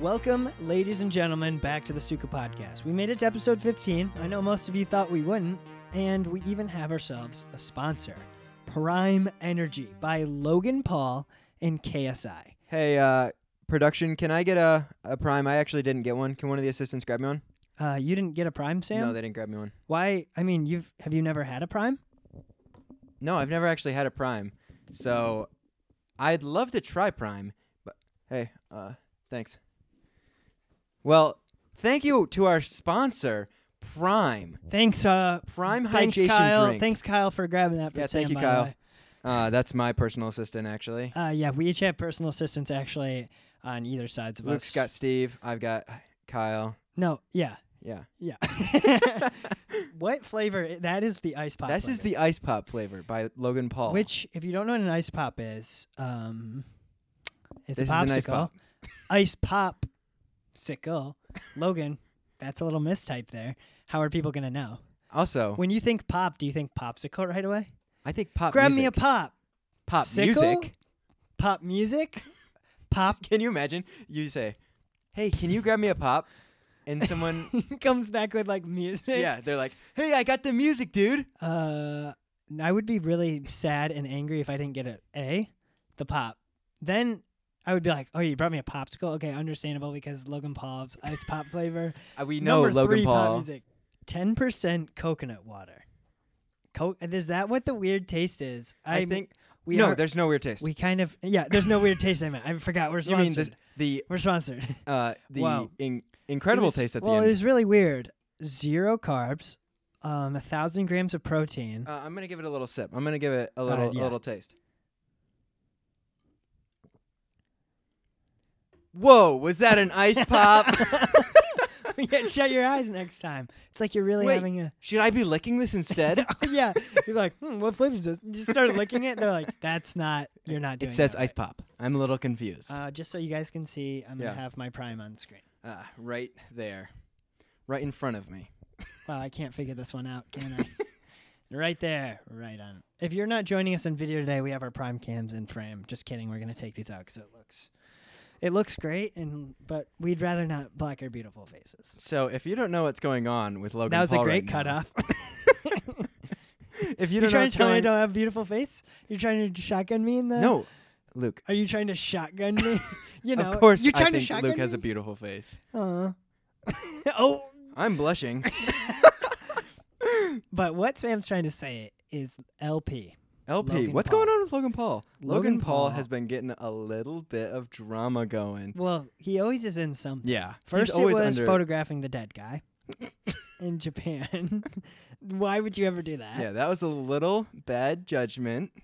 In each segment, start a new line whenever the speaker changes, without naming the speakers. Welcome, ladies and gentlemen, back to the Suka Podcast. We made it to episode 15. I know most of you thought we wouldn't, and we even have ourselves a sponsor Prime Energy by Logan Paul and KSI.
Hey, uh, production, can I get a, a prime? I actually didn't get one. Can one of the assistants grab me one?
Uh, you didn't get a Prime, Sam?
No, they didn't grab me one.
Why? I mean, you've have you never had a Prime?
No, I've never actually had a prime. So I'd love to try prime, but hey, uh, thanks. Well, thank you to our sponsor, Prime.
Thanks, uh,
Prime
thanks,
Hydration
Kyle.
Drink.
Thanks, Kyle, for grabbing that. For
Yeah,
Sam,
thank you,
by the
Kyle.
way.
Uh, that's my personal assistant, actually.
Uh, yeah, we each have personal assistants actually on either sides of
Luke's
us.
got Steve. I've got Kyle.
no, yeah,
Yeah.
yeah. what flavor? That is the ice pop.
This is
flavor,
the ice pop flavor by Logan Paul.
which, if you don't know what an ice pop is, um, it's
this
a
is
popsicle.
an ice pop.
Ice pop, sickle. Logan, that's a little mistype there. How are people gonna know?
Also,
When you think pop, do you think popsicle right away?
I think pop.
Grab me a
music-
pop.
pop
sickle?
music.
Pop music. Pop
Can you imagine? You say, "Hey, can you grab me a pop?" And someone,
comes back with like music.
yeah, they're like, "Hey, I got the music, dude."
Uh, I would be really sad and angry if I didn't get a A, the pop. Then I would be like, oh, you brought me a popsicle. Okay, understandable because Logan Paul's ice pop flavor.
Uh, we know
Number
Logan
three, Pop
Paul.
music. Ten percent coconut water. Co- is that what the weird taste is?
I,
I'm-
think
we
no,
are-
there's no weird taste.
we kind of yeah. There's no weird taste. I meant I forgot we're
you
sponsored.
mean the the
we're sponsored.
uh, the
Wow.
in- incredible
It was-
taste at
well,
the
it
end?
was really weird. Zero carbs, um, a thousand grams of protein.
uh, I'm gonna give it a little sip. I'm gonna give it a little
Uh, yeah.
a little taste. Whoa, was that an ice pop?
yeah, shut your eyes next time. It's like you're really
Wait.
having a
Should I be licking this instead?
yeah. You're like, hmm, what flavor is this? You just started licking it. They're like, that's not. You're not doing.
it says
that
ice pop. I'm a little confused.
right." Uh, just so you guys can see, I'm
Yeah.
gonna have my prime on screen.
Uh, right there. Right in front of me.
Wow, I can't figure this one out, can I? right there, right on. If you're not joining us on video today, we have our prime cams in frame. Just kidding. We're gonna take these out because it looks, it looks great, and but we'd rather not black our beautiful faces.
So if you don't know what's going on with Logan
that was
Paul
a great
right now-
cutoff.
If you
You're
don't know
trying
what's
to tell me I
going
don't have a beautiful face? You're trying to shotgun me in the
No, Luke.
Are you trying to shotgun me? you know,
of course,
you're
I
trying
think
to shotgun
Luke has a
me?
beautiful face.
Aw. oh,
I'm blushing.
but what Sam's trying to say is LP.
LP,
Logan
what's
Paul.
going on with Logan Paul? Logan,
Logan
Paul,
Paul.
has been getting a little bit of drama going.
Well, he always is in something.
Yeah,
First,
he's
it
always
was
under.
photographing the dead guy in Japan. Why would you ever do that?
yeah, that was a little bad judgment.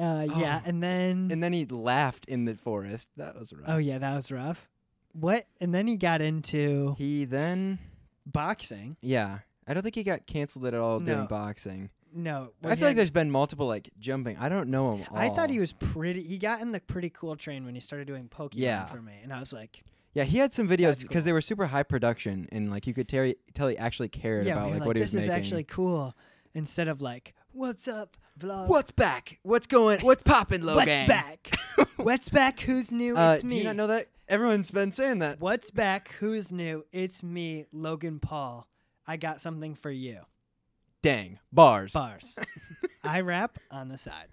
Uh, yeah,
Oh.
and then
And then he laughed in the forest. That was rough.
Mm. oh yeah, that was rough. What? And then he got into
He then,
boxing.
yeah, I don't think he got canceled at all
No.
during boxing.
No,
I
when he
feel like
had-
there's Oh. been multiple like jumping. I don't know him.
I thought he was pretty. He got in the pretty cool train when he started doing Pokemon
Yeah.
for me, and I was like,
Yeah, he had some
That's
videos because
cool.
they were super high production and like you could tell he, tell he actually cared
yeah, we
about
were
like, what he was
this is
making.
actually cool. Instead of like, what's up, vlog?
What's back? What's going? What's popping,
What's back? what's back? Who's new?
Uh,
it's
do
me.
you not know that? Everyone's been saying that.
What's back? Who's new? It's me, Logan Paul. I got something for you.
Dang bars. But,
Bars. I rap on the side.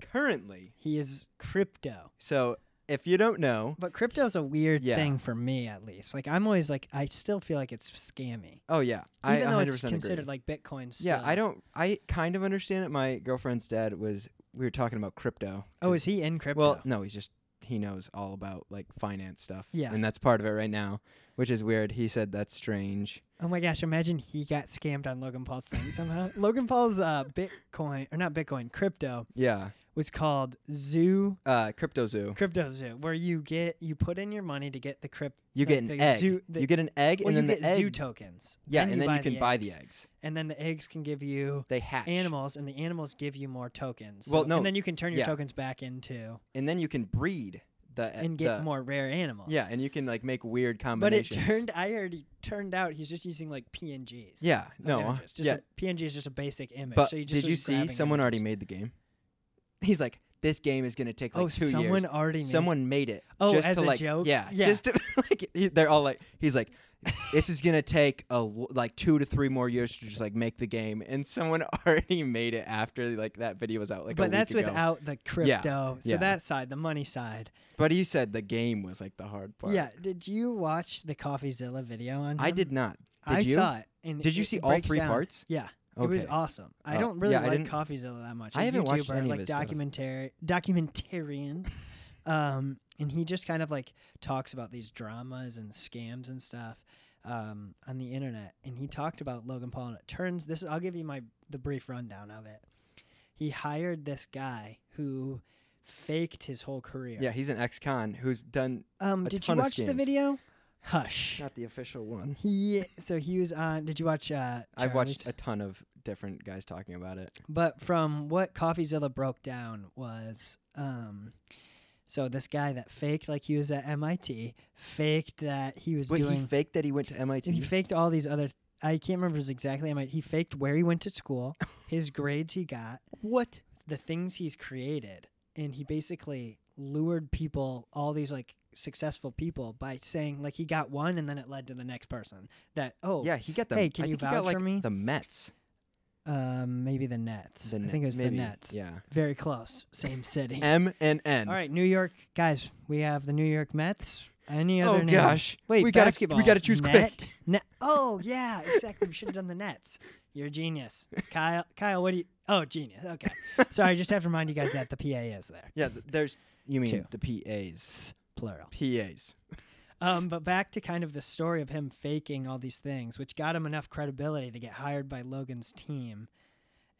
currently,
He is crypto.
so if you don't know,
But crypto's a weird
Yeah.
thing for me, at least. Like, I'm always like, I still feel like it's scammy.
oh yeah, I
Even though
100%
it's considered
agree.
like Bitcoin still.
yeah, I don't. I kind of understand it. My girlfriend's dad was. We were talking about crypto.
Oh, is he in crypto?
Well, no, he's just he knows all about like finance stuff.
Yeah.
and that's part of it right now, which is weird. He said that's strange.
Oh my gosh, imagine he got scammed on Logan Paul's thing somehow. Logan Paul's uh, Bitcoin, or not Bitcoin, crypto
Yeah,
was called Zoo
uh, crypto zoo.
Crypto Zoo, where you get you put in your money to get the crypt.
You
like
get an
the
egg.
zoo- the-
you get an egg,
Well,
and
you
then
get
the egg.
zoo tokens.
yeah, and then you can buy the
eggs.
eggs.
And then the eggs can give you
They hatch.
animals, and the animals give you more tokens.
Well,
So-
no,
and then you can turn your
yeah.
tokens back into
and then you can breed the e,
and get
the-
more rare animals.
Yeah, and you can like make weird
but it
combinations.
turned. I already turned out he's just using like PNGs.
Yeah,
of
no, uh,
images. Just
yeah.
a PNG is just a basic image.
but
so you just
did you
was
see
grabbing
someone
images.
already made the game? He's like, this game is going to take like
oh,
two
someone
years.
already made.
Someone made it.
Oh,
just
as
to
a
like,
joke?
Yeah,
Yeah.
Just to, like he- they're all like, he's like, this is gonna take a l- like two to three more years to just like make the game, and someone already made it after like that video was out. Like, a
but
week
that's
ago.
without the crypto. so
yeah.
that side, the money side.
But he said the game was like the hard part.
Yeah. Did you watch the CoffeeZilla video on?
I
him?
did not. Did
I
you?
saw it. And
Did you
it
see all
breaks
three
down.
parts?
Yeah.
Okay.
It was awesome. I
Oh,
don't really
yeah, I
like
didn't-
CoffeeZilla that much.
I
A
haven't watched
YouTuber,
any of
like
his stuff.
documentary documentarian. um and he just kind of like talks about these dramas and scams and stuff um on the internet and he talked about Logan Paul and it turns this I'll give you my the brief rundown of it. He hired this guy who faked his whole career.
Yeah, he's an ex-con who's done
Um
a
did you
ton of
watch the
scams.
video? Hush.
not the official one.
He so he was on did you watch uh
I've watched
Charlie's?
a ton of different guys talking about it.
But from what CoffeeZilla broke down was, um, so this guy that faked like he was at MIT, faked that he was
Wait,
doing,
he faked that he went to MIT.
he faked all these other. I can't remember if it was exactly MIT. He faked where he went to school, his grades he got,
what?
the things he's created, and he basically lured people, all these like successful people, by saying like he got one, and then it led to the next person. That oh
Yeah, he got the.
Hey, can
I
you
think he
vouch
got, like,
for me?
The Mets.
um, maybe the Nets.
The
I
Net-
think it was
maybe,
the Nets.
Yeah.
Very close, same city.
M and N.
All right, New York guys. We have the New York Mets. Any
Oh
other? name?
gosh.
Wait,
we gotta
basketball.
we gotta choose
Net,
quick.
Net. Oh yeah, exactly. we should have done the Nets. You're a genius, Kyle. Kyle, what do you? Oh, genius. Okay. Sorry, I just have to remind you guys that the PA is there,
Yeah, th- there's you mean
Two.
the PAs.
plural.
PAs.
Um, but back to kind of the story of him faking all these things, which got him enough credibility to get hired by Logan's team,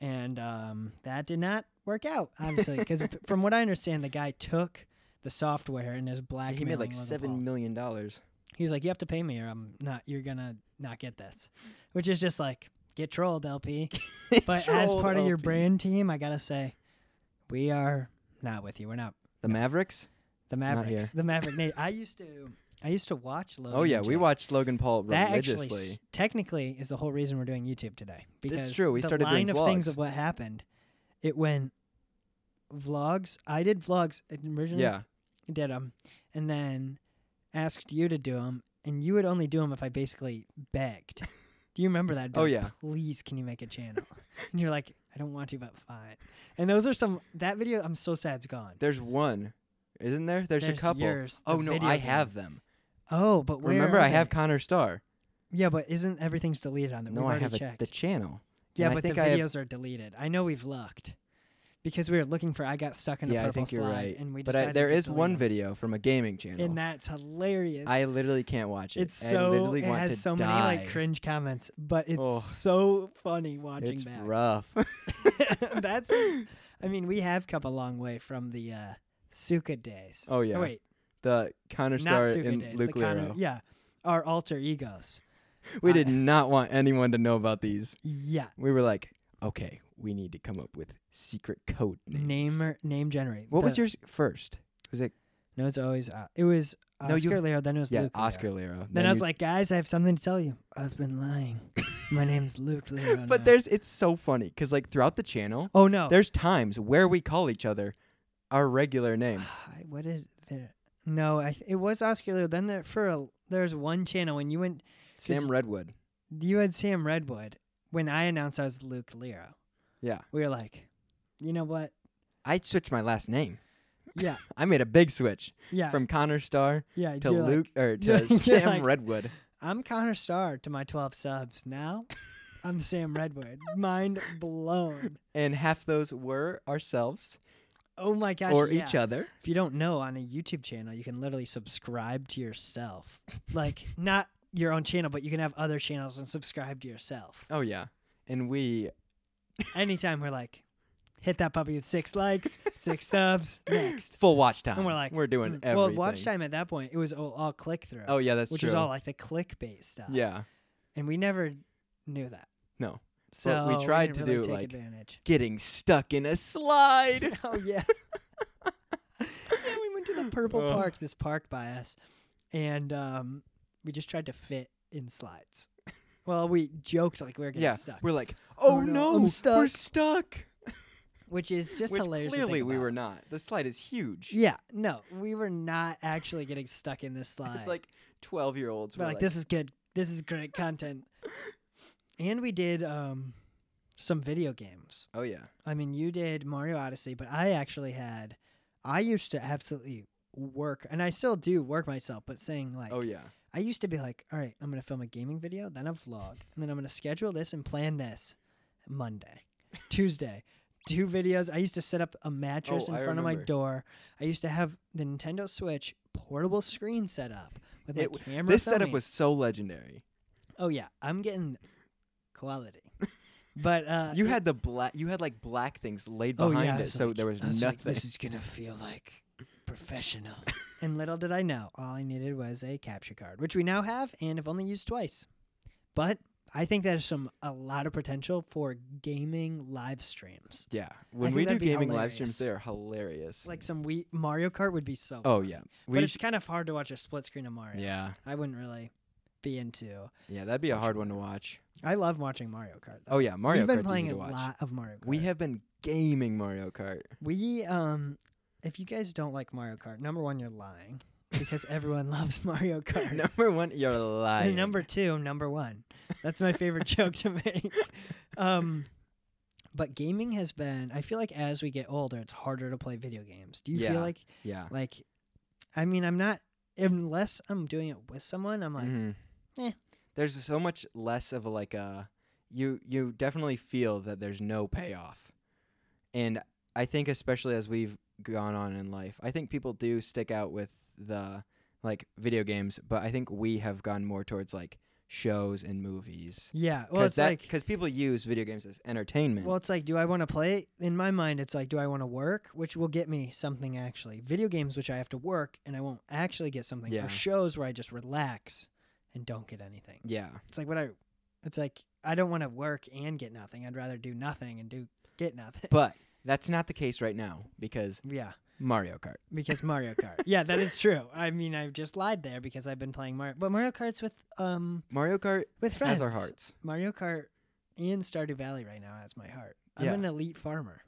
and um, that did not work out obviously because from what I understand, the guy took the software and is blackmailing.
he made like
Logan
seven
Paul.
million dollars.
he was like, "You have to pay me, or I'm not. You're gonna not get this," which is just like get trolled, LP. but as
Trolled
part of your
LP.
brand team, I gotta say, we are not with you. We're not
The Mavericks?
the
Not
Mavericks.
here.
The Maverick. Na- I used to, I used to watch Logan.
Oh yeah,
and
we
Jay.
watched Logan Paul
That
religiously.
actually, s- technically, is the whole reason we're doing YouTube today. Because
true. We
the
started doing
line of things
vlogs.
of what happened. It went vlogs. I did vlogs originally.
yeah.
did them and then asked you to do them and you would only do them if i basically begged do you remember that I'd be
Oh,
like,
yeah.
please can you make a channel and you're like i don't want to but fine and those are some that video i'm so sad it's gone
There's one. Isn't there? There's, a couple.
yours, the
oh no,
video
I
game.
have them.
oh but where
Remember
are
I have
they?
Connor Starr.
yeah but isn't everything's deleted on them
No,
we've
I
already
have a,
checked
the channel.
yeah
and I
but
think
the
I have-
videos are deleted i know we've looked because we were looking for i got stuck in
yeah,
a
I
purple
think you're
slide
right.
and we
but
decided
I, there
to
is
delete
one
'em.
video from a gaming channel.
and that's hilarious
I literally can't watch it.
It's
I
so
literally
it
want
has
to
so
die.
many like cringe comments, but it's
Oh.
so funny watching
It's
back.
rough.
That's just- I mean, we have come a long way from the uh Suka days.
Oh, yeah.
wait,
the Connor
not
Starr
Suka
and
days.
Luke
the kind
Lero.
of, yeah. Our alter egos.
We
I-
did not want anyone to know about these.
Yeah.
We were like, okay, we need to come up with secret code names.
Name or- name generate.
What was
The-
yours first? Was it
No, it's always uh, it was Oscar
No, you-
Lero, then it was
yeah,
Luke Lero.
Oscar Lero?
Then, I was
you-
like, guys, I have something to tell you. I've been lying. My name's Luke Lero.
but
now."
there's it's so funny because like throughout the channel,
Oh no.
there's times where we call each other our regular name.
I- what did there? No, I th- it was Oscar Leo. Then there for a, there was one channel when you went,
Sam Redwood.
you had Sam Redwood. When I announced I was Luke Lero,
Yeah,
we were like, you know what?
I switched my last name.
Yeah,
I made a big switch
yeah,
from Connor Starr
yeah.
to
you're like,
Luke or
you're-
to
you're
Sam
like-
Redwood.
I'm Connor Starr to my 12 subs. Now, I'm Sam Redwood. Mind blown.
and half those were ourselves
Oh my gosh.
or
yeah.
each other.
If you don't know, on a YouTube channel, you can literally subscribe to yourself. Like not your own channel, but you can have other channels and subscribe to yourself.
Oh yeah, and we
anytime we're like, hit that puppy with six likes, six subs, next.
full watch time.
And we're like,
we're doing
Mm.
everything.
Well, watch time at that point, it was all, all click through,
Oh yeah, that's
which
true.
is all like the clickbait stuff.
yeah,
And we never knew that.
No.
So
Well, we tried
didn't
to
really
do,
take
like-
advantage.
getting stuck in a slide.
Oh, yeah. yeah, we went to the Purple
Ugh.
Park, this park by us, and um, we just tried to fit in slides. Well, we joked like we were getting
yeah,
stuck.
we're like, oh,
Oh, no,
no,
I'm
we're
stuck."
stuck.
which is just
Which
hilarious. to
clearly
think
we
about.
were not. The slide is huge.
Yeah, no, we were not actually getting stuck in this slide.
It's like twelve year olds.
But like, this is good. This is great content. and we did um some video games.
Oh yeah.
I mean, you did Mario Odyssey, but I actually had I used to absolutely work and I still do work myself, but saying like
Oh yeah.
I used to be like, all right, I'm going to film a gaming video, then a vlog, and then I'm going to schedule this and plan this Monday, Tuesday. Two videos. I used to set up a mattress
Oh,
in
I
front of my
remember.
door. I used to have the Nintendo Switch portable screen set up with my
It w-
camera.
This setup
filming.
was so legendary.
Oh yeah, I'm getting quality. but uh
You
it-
had the black. You had like black things laid
oh,
behind
yeah, I
it,
was
so
like-
there was,
I like,
nothing.
this is gonna feel like professional. and little did I know, all I needed was a capture card, which we now have and have only used twice. But I think there's some a lot of potential for gaming live streams.
yeah. When
think
we do
that'd be
gaming live streams,
hilarious.
they are hilarious.
Like some we Mario Kart would be so.
oh
fun.
yeah.
but it's kind of hard to watch a split screen of Mario.
yeah.
I wouldn't really be into.
Yeah. That'd be a hard one to watch.
I love watching Mario Kart. Though.
Oh yeah. Mario
We've been
Kart's
playing
easy
a
to watch.
lot of Mario Kart.
We have been gaming Mario Kart.
We um if you guys don't like Mario Kart, number one, you're lying. Because everyone loves Mario Kart.
number one, you're
And
lying.
number two, number one. That's my favorite joke to make. Um but gaming has been I feel like as we get older it's harder to play video games. Do you
Yeah.
feel like
Yeah.
like I mean I'm not unless I'm doing it with someone, I'm like
Mhm.
eh.
There's so much less of a, like a you you definitely feel that there's no payoff, and I think especially as we've gone on in life, I think people do stick out with the like video games, but I think we have gone more towards like shows and movies.
Yeah. Well it's
that,
like
because people use video games as entertainment.
Well, it's like, do I want to play? it? In my mind, it's like, do I want to work, which will get me something actually. Video games, which I have to work and I won't actually get something.
Yeah.
Or shows where I just relax and don't get anything.
yeah,
It's like what I. It's like I don't want to work and get nothing. I'd rather do nothing and do get nothing.
but that's not the case right now because
yeah,
Mario Kart.
because Mario Kart. yeah, that is true. I mean, I've just lied there because I've been playing Mario, but Mario Kart's with um
Mario Kart
with friends.
has our hearts.
Mario Kart and Stardew Valley right now has my heart. I'm
Yeah.
an elite farmer.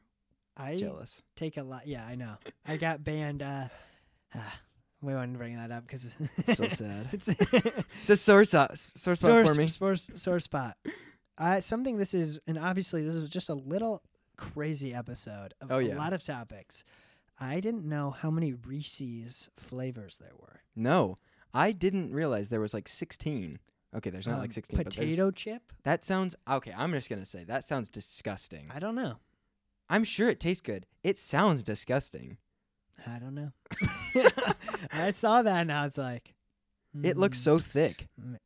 I
Jealous.
take a lot. Yeah, I know. I got banned. Uh, ah, we wanted to bring that up because
so sad.
it's
It's a sore so- sore spot
sore,
for me.
Sore, sore spot. Uh, something this is, and obviously this is just a little crazy episode of
Oh,
a
yeah.
lot of topics. I didn't know how many Reese's flavors there were.
No, I didn't realize there was like 16. Okay, there's not
Um,
like 16. But there's-
Potato chip?
that sounds okay. I'm just gonna say that sounds disgusting.
I don't know.
I'm sure it tastes good. It sounds disgusting.
I don't know. I saw that and I was like,
It looks
"Mm,
so thick.
mm."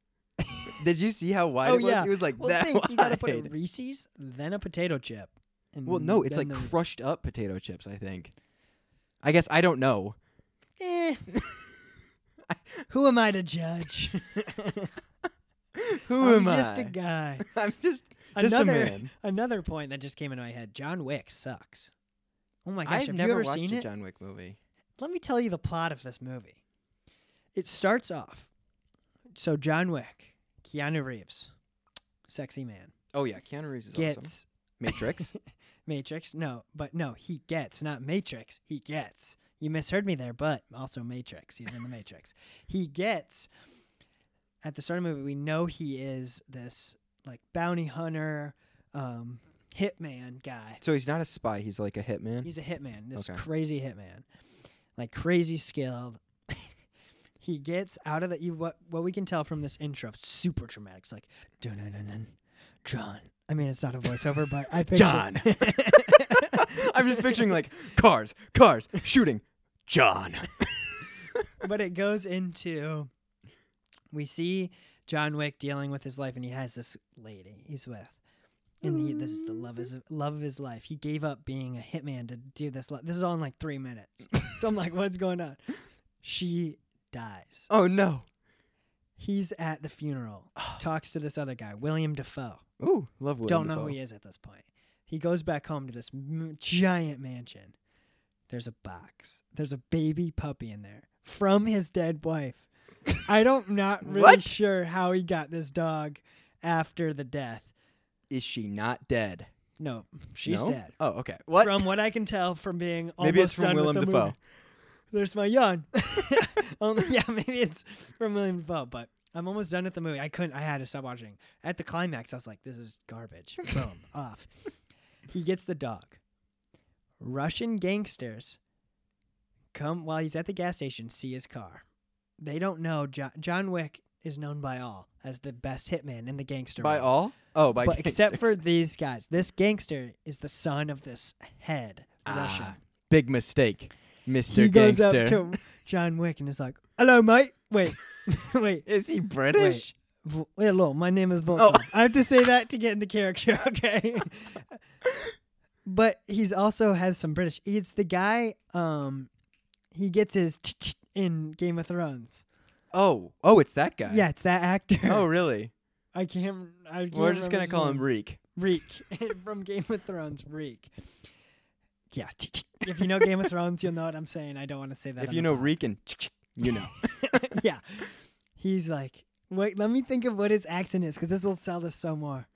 Did you see how wide
Oh,
it was?
yeah.
It was like
Well,
that
think you gotta put a
wide.
Reese's, then a potato chip. and
Well, no, it's
then
like
the-
crushed up potato chips. I think. I guess I don't know.
Eh. Who am I to judge?
Who
I'm
am
just
I?
a guy.
I'm just just
another,
a man.
Another point that just came into my head: John Wick sucks. Oh my gosh,
I've
have
never
you ever
watched
seen
a
it?
John Wick movie.
Let me tell you the plot of this movie. It starts off. So John Wick, Keanu Reeves, sexy man,
Oh yeah, Keanu Reeves is
gets
awesome. Matrix.
Matrix. No, but no, he gets, not Matrix. He gets. You misheard me there, but also Matrix. He's in the Matrix. He gets. At the start of the movie, we know he is this like bounty hunter, um, hitman guy.
so he's not a spy. He's like a hitman.
He's a hitman. This
Okay.
crazy hitman, like crazy skilled. he gets out of the you, what what we can tell from this intro. Super dramatic. It's like dun dun dun dun, John. I mean, it's not a voiceover, but I picture
John. I'm just picturing like cars, cars, shooting, John.
but it goes into we see John Wick dealing with his life, and he has this lady he's with, and he, this is the love is love of his life. He gave up being a hitman to do this. Lo- this is all in like three minutes, so I'm like, what's going on? She dies.
Oh no.
He's at the funeral. Talks to this other guy, William Defoe.
Ooh, love Willem
Don't know who he is at this point. He goes back home to this m- giant mansion. There's a box. There's a baby puppy in there from his dead wife. I don't not really
What?
sure how he got this dog after the death.
Is she not dead?
No, she's
No?
dead.
Oh, okay. What?
From what I can tell from being almost
Maybe it's from
done with
Willem
the
Dafoe.
movie. There's my yawn. Only, yeah, maybe it's from William Dafoe, but I'm almost done with the movie. I couldn't. I had to stop watching. At the climax, I was like, "This is garbage." Boom, off. He gets the dog. Russian gangsters come while he's at the gas station. See his car. They don't know John, John Wick is known by all as the best hitman in the gangster.
By
world
all? Oh, by
but except for
gangsters.
these guys, this gangster is the son of this head
Ah,
Russian.
big mistake, Mister
He goes
Gangster.
up to John Wick and is like, "Hello, mate. Wait, wait,
Is he British?
V- hello. My name is Volkan.
Oh.
I have to say that to get in the character, okay? but he's also has some British. It's the guy. Um, he gets his in Game of Thrones.
Oh, oh, it's that guy.
Yeah, it's that actor.
Oh, really?
I can't. I can't
We're just
remember
gonna
his
call
name.
him Reek.
Reek from Game of Thrones. Reek. Yeah. If you know Game of Thrones, you'll know what I'm saying. I don't want to say that.
If
on
you
the
know
pod.
Reek and you know.
yeah. He's like, wait. Let me think of what his accent is, because this will sell this so more.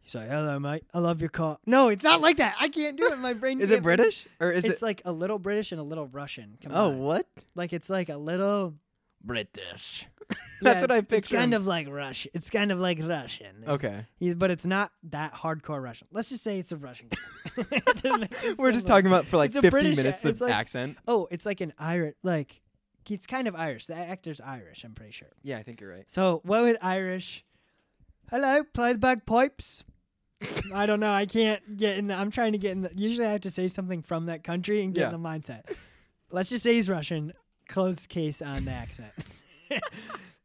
He's like, hello, mate. I love your car. No, it's not like that. I can't do it. My brain.
Is it
can't-
British or is
It's
it?
like a little British and a little Russian. Come
Oh,
on.
what?
Like it's like a little.
British.
yeah,
That's what I
it's-
pictured.
It's kind of like Russian. It's kind of like Russian. It's-
Okay.
He's, but it's not that hardcore Russian. Let's just say it's a Russian. guy. To make it
We're
simple.
just talking about for like
It's a
15
British-
minutes the
it's like-
accent.
Oh, it's like an Irish. Like he's kind of Irish. The actor's Irish. I'm pretty sure.
Yeah, I think you're right.
So what would Irish? Hello, play the bagpipes. I don't know. I can't get in. The, I'm trying to get in. The, usually, I have to say something from that country and get
Yeah.
in the mindset. Let's just say he's Russian. Close case on the accent.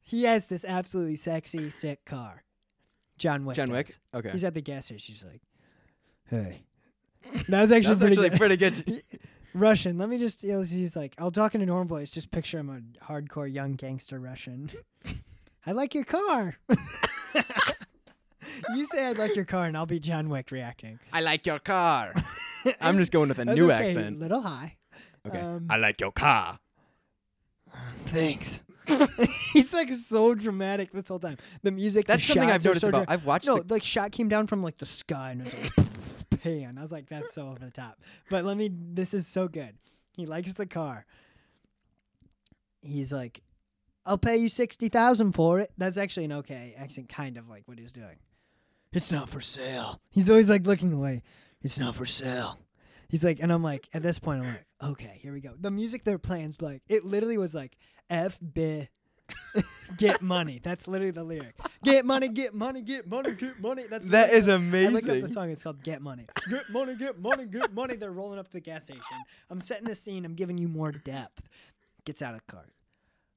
he has this absolutely sexy, sick car. John Wick.
John
does.
Wick. Okay.
He's at the gas station. She's like, "Hey." That was actually
That's
pretty
actually
good.
pretty good.
Russian. Let me just. You know, he's like, I'll talk in a normal voice. Just picture I'm a hardcore young gangster Russian. I like your car. you say I like your car, and I'll be John Wick reacting.
I like your car. I'm just going with a
That's
new
okay,
accent.
Little high.
Okay.
um,
I like your car.
Thanks. He's like so dramatic this whole time. The music. the
That's something I've
shots are
noticed
so
about.
dra-
I've watched.
no,
the,
like shot came down from like the sky and it was like pan. I was like, that's so over the top. But let me. This is so good. He likes the car. He's like, I'll pay you sixty thousand for it. That's actually an okay accent, kind of like what he's doing. It's not for sale. He's always like looking away. It's not for sale. He's like, and I'm like, at this point, I'm like, okay, here we go. The music they're playing is like, it literally was like, F B, get money. That's literally the lyric. Get money, get money, get money, get money. That's
that
literally
is
I looked up
amazing.
the song. It's called "Get Money." Get money, get money, get money. They're rolling up to the gas station. I'm setting the scene. I'm giving you more depth. Gets out of the car.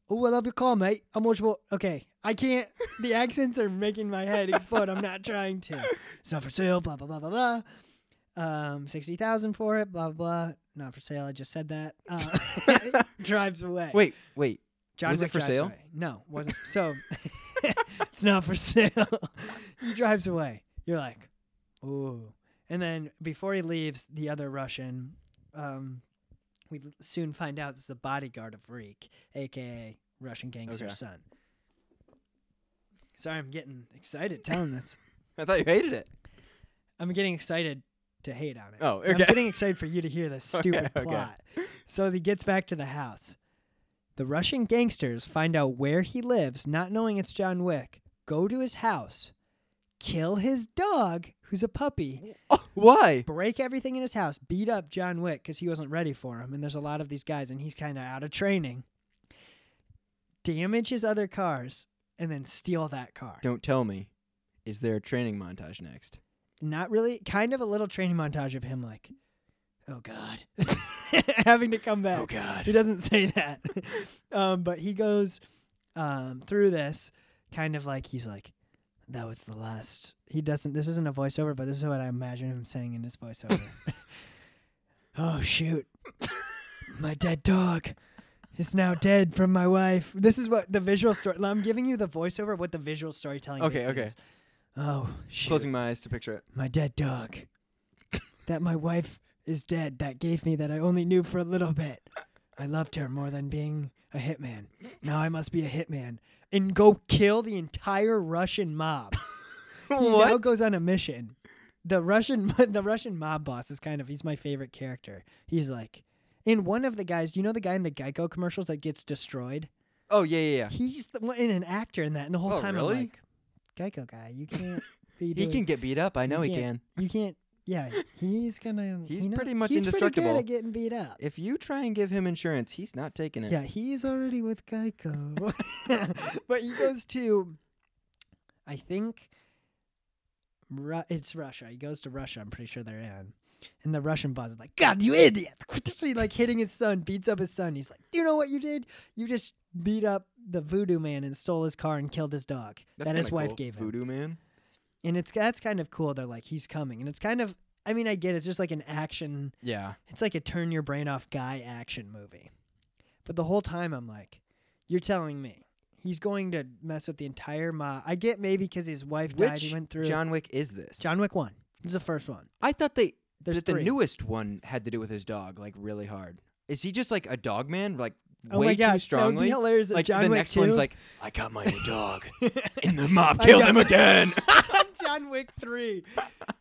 Oh, I love your car, mate. I'm watchable. Okay, I can't. The accents are making my head explode. I'm not trying to. It's not for sale. Blah blah blah blah blah. Um, sixty thousand for it. Blah blah. blah. Not for sale. I just said that. Uh, drives away.
Wait, wait.
John
Was it
Wick
for
drives
sale?
away. No, wasn't. So it's not for sale. he drives away. You're like, ooh. And then before he leaves, the other Russian, um, we l- soon find out is the bodyguard of Reek, aka Russian gangster's
Okay.
son. Sorry, I'm getting excited telling this.
I thought you hated it.
I'm getting excited to hate on it.
Oh,
I'm
okay.
getting excited for you to hear this
Okay,
stupid
okay.
plot. So he gets back to the house. The Russian gangsters find out where he lives, not knowing it's John Wick, go to his house, kill his dog, who's a puppy,
Oh, why?
break everything in his house, beat up John Wick because he wasn't ready for him. And there's a lot of these guys, and he's kind of out of training, damage his other cars, and then steal that car.
Don't tell me. Is there a training montage next?
not really kind of a little training montage of him like oh god having to come back he
Oh, God.
doesn't say that um, but he goes um, through this kind of like he's like that was the last he doesn't this isn't a voiceover but this is what i imagine him saying in his voiceover oh shoot my dead dog is now dead from my wife this is what the visual story i'm giving you the voiceover what the visual storytelling
Okay,
basically
okay.
is. oh shoot
Closing my eyes to picture it.
my dead dog. that my wife is dead. That gave me that I only knew for a little bit. I loved her more than being a hitman. Now I must be a hitman and go kill the entire Russian mob. He now
what?
goes on a mission the Russian the Russian mob boss is kind of he's my favorite character. He's like in one of the guys, you know the guy in the Geico commercials that gets destroyed?
Oh yeah, yeah, yeah.
He's the one in an actor in that and the whole
Oh,
time
really?
I'm like Geico guy, you can't be
He
doing-
can get beat up. I know he
can't-
can.
You can't yeah, he's gonna
He's
he knows-
pretty much
he's Pretty
indestructible.
good at getting beat up.
If you try and give him insurance, he's not taking it.
Yeah, he's already with Geico. but he goes to, I think, Ru- it's Russia. He goes to Russia, I'm pretty sure they're in. And the Russian boss is like, God, you idiot! He, like hitting his son, beats up his son. He's like, Do you know what you did? You just beat up the voodoo man and stole his car and killed his dog that his
kinda
wife
cool.
gave him.
Voodoo man.
And it's that's kind of cool. They're like, He's coming. And it's kind of, I mean, I get it. It's just like an action
Yeah.
it's like a turn your brain off guy action movie. But the whole time I'm like, you're telling me he's going to mess with the entire mob. I get maybe because his wife died.
Which
He went through
John Wick is this?
John Wick one. This is the first one.
I thought they
There's
that the
three.
newest one had to do with his dog, like really hard. Is he just like a dog man, like
oh
way
my gosh,
too
That would be
strongly?
hilarious if
Like
John
the
Wick
next
2
one's like, I got my new dog, and the mob
I
killed
got-
him again.
John Wick three.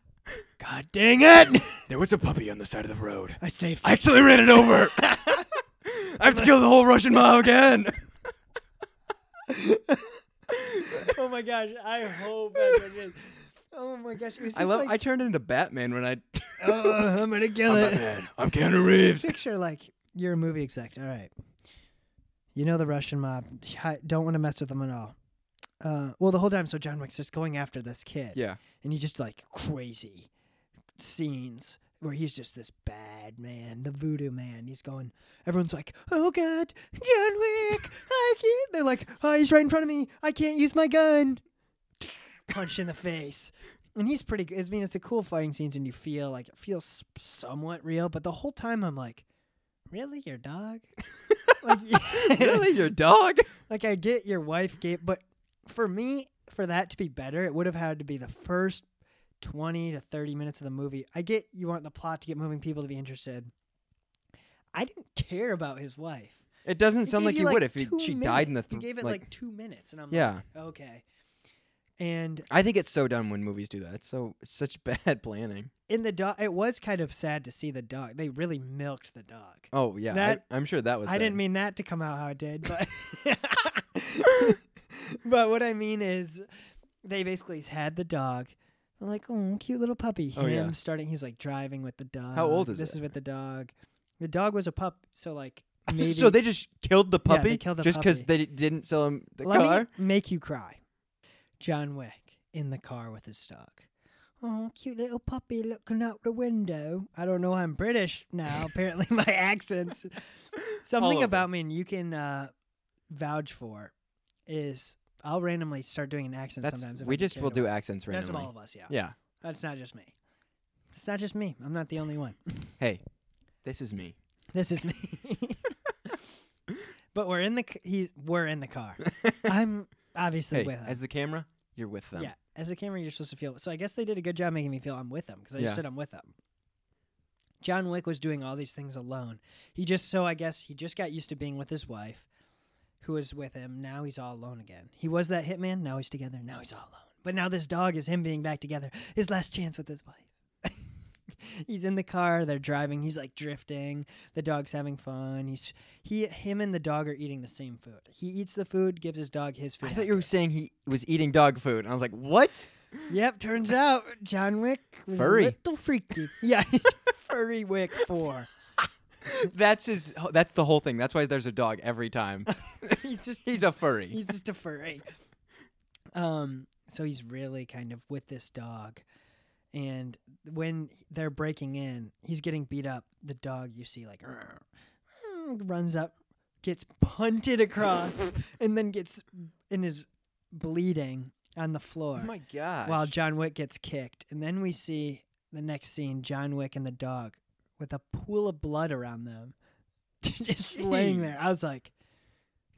God dang it!
there was a puppy on the side of the road.
I saved.
I accidentally ran it over. I have to kill the whole Russian mob again.
oh my gosh! I hope. That's what it is. Oh my gosh! It was
I
just
love. I
Like,
turned into Batman when I.
"Oh, I'm gonna kill
I'm
it.
Batman. I'm Keanu Reeves.
picture like you're a movie exec. All right, you know the Russian mob. I don't want to mess with them at all. Uh, well, the whole time, so John Wick's just going after this kid,
Yeah.
and you just like crazy scenes where he's just this bad man, the voodoo man. He's going, everyone's like, "Oh God, John Wick, I can't." They're like, "Oh, he's right in front of me. I can't use my gun." Punched in the face. And he's pretty good. I mean, it's a cool fighting scenes, and you feel like it feels somewhat real. But the whole time, I'm like, "Really, your dog? like,
really, your dog?
like I get your wife gave, but for me, for that to be better, it would have had to be the first twenty to thirty minutes of the movie. I get you want the plot to get moving, people to be interested. I didn't care about his wife.
It doesn't
It
sound
gave
like
you,
he would if he,
two
she died in the.
minutes.
Th-
He gave it like, two minutes, and I'm
yeah.
like, okay. And
I think it's so dumb when movies do that. It's so it's such bad planning.
in the dog, it was kind of sad to see the dog. They really milked the dog.
Oh yeah,
That-
I, am sure that was.
I didn't
sad.
mean that to come out how it did, but but what I mean is they basically had the dog. They're like, oh, cute little puppy. Him
Oh, yeah.
starting, he's like driving with the dog.
old is
this
it?
is with the dog. The dog was a pup, so like maybe.
so they just killed the
Yeah, they
puppy
killed the
just because
puppy.
they didn't sell him the
let
car.
me make you cry. John Wick in the car with his dog. Oh, cute little puppy looking out the window. I don't know. I'm British now. Apparently, my accents.
All
Something
over.
about me, and you can uh, vouch for, is I'll randomly start doing an accent
That's
sometimes. if I
we
get
just
carried
will do
away.
accents
That's
randomly.
all of us. Yeah.
yeah.
That's not just me. It's not just me. I'm not the only one.
Hey, this is me.
This is me. but we're in the c- he's we're in the car. I'm obviously
Hey,
with him.
as the camera, you're with them.
Yeah, as a camera, you're supposed to feel. So I guess they did a good job making me feel I'm with them because I
Yeah.
just said I'm with them. John Wick was doing all these things alone. He just so I guess he just got used to being with his wife, who was with him. Now he's all alone again. He was that hitman. Now he's together. Now he's all alone. But now this dog is him being back together. His last chance with his wife. he's in the car. They're driving. He's like drifting. The dog's having fun. He's he him and the dog are eating the same food. He eats the food, gives his dog his food.
I thought you were
after.
saying he was eating dog food, and I was like, "What?
Yep, turns out John Wick was
Furry.
a little freaky. Yeah, furry Wick four.
That's his. That's the whole thing. That's why there's a dog every time.
He's just
He's a furry.
he's just a furry. Um, so he's really kind of with this dog, and when they're breaking in, he's getting beat up. The dog you see like runs up, gets punted across, and then gets and is bleeding on the floor.
oh my god.
while John Wick gets kicked. And then we see the next scene John Wick and the dog with a pool of blood around them, just laying there.
Jeez.
I was like,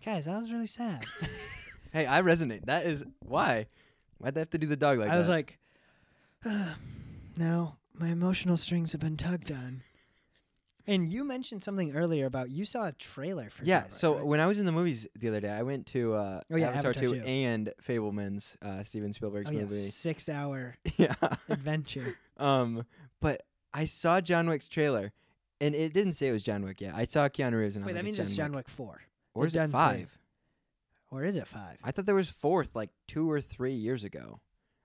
guys, that was really sad.
hey, I resonate. That is why. Why'd they have to do the dog like
I was
that?
like, "Ah, now my emotional strings have been tugged on. And you mentioned something earlier about you saw a trailer for
Yeah.
Cobra,
So
right?
when I was in the movies the other day, I went to uh,
Oh, yeah,
Avatar,
Avatar 2.
2 and Fableman's uh, Steven Spielberg's
oh yeah,
movie.
six hour
yeah.
adventure.
Um, but I saw John Wick's trailer, and it didn't say it was John Wick yet. I saw Keanu Reeves, and I
Wait,
was
that
like,
means it's John Wick four,
Or
the
is it
John three.
five?
or is it five?
I thought there was fourth like two or three years ago.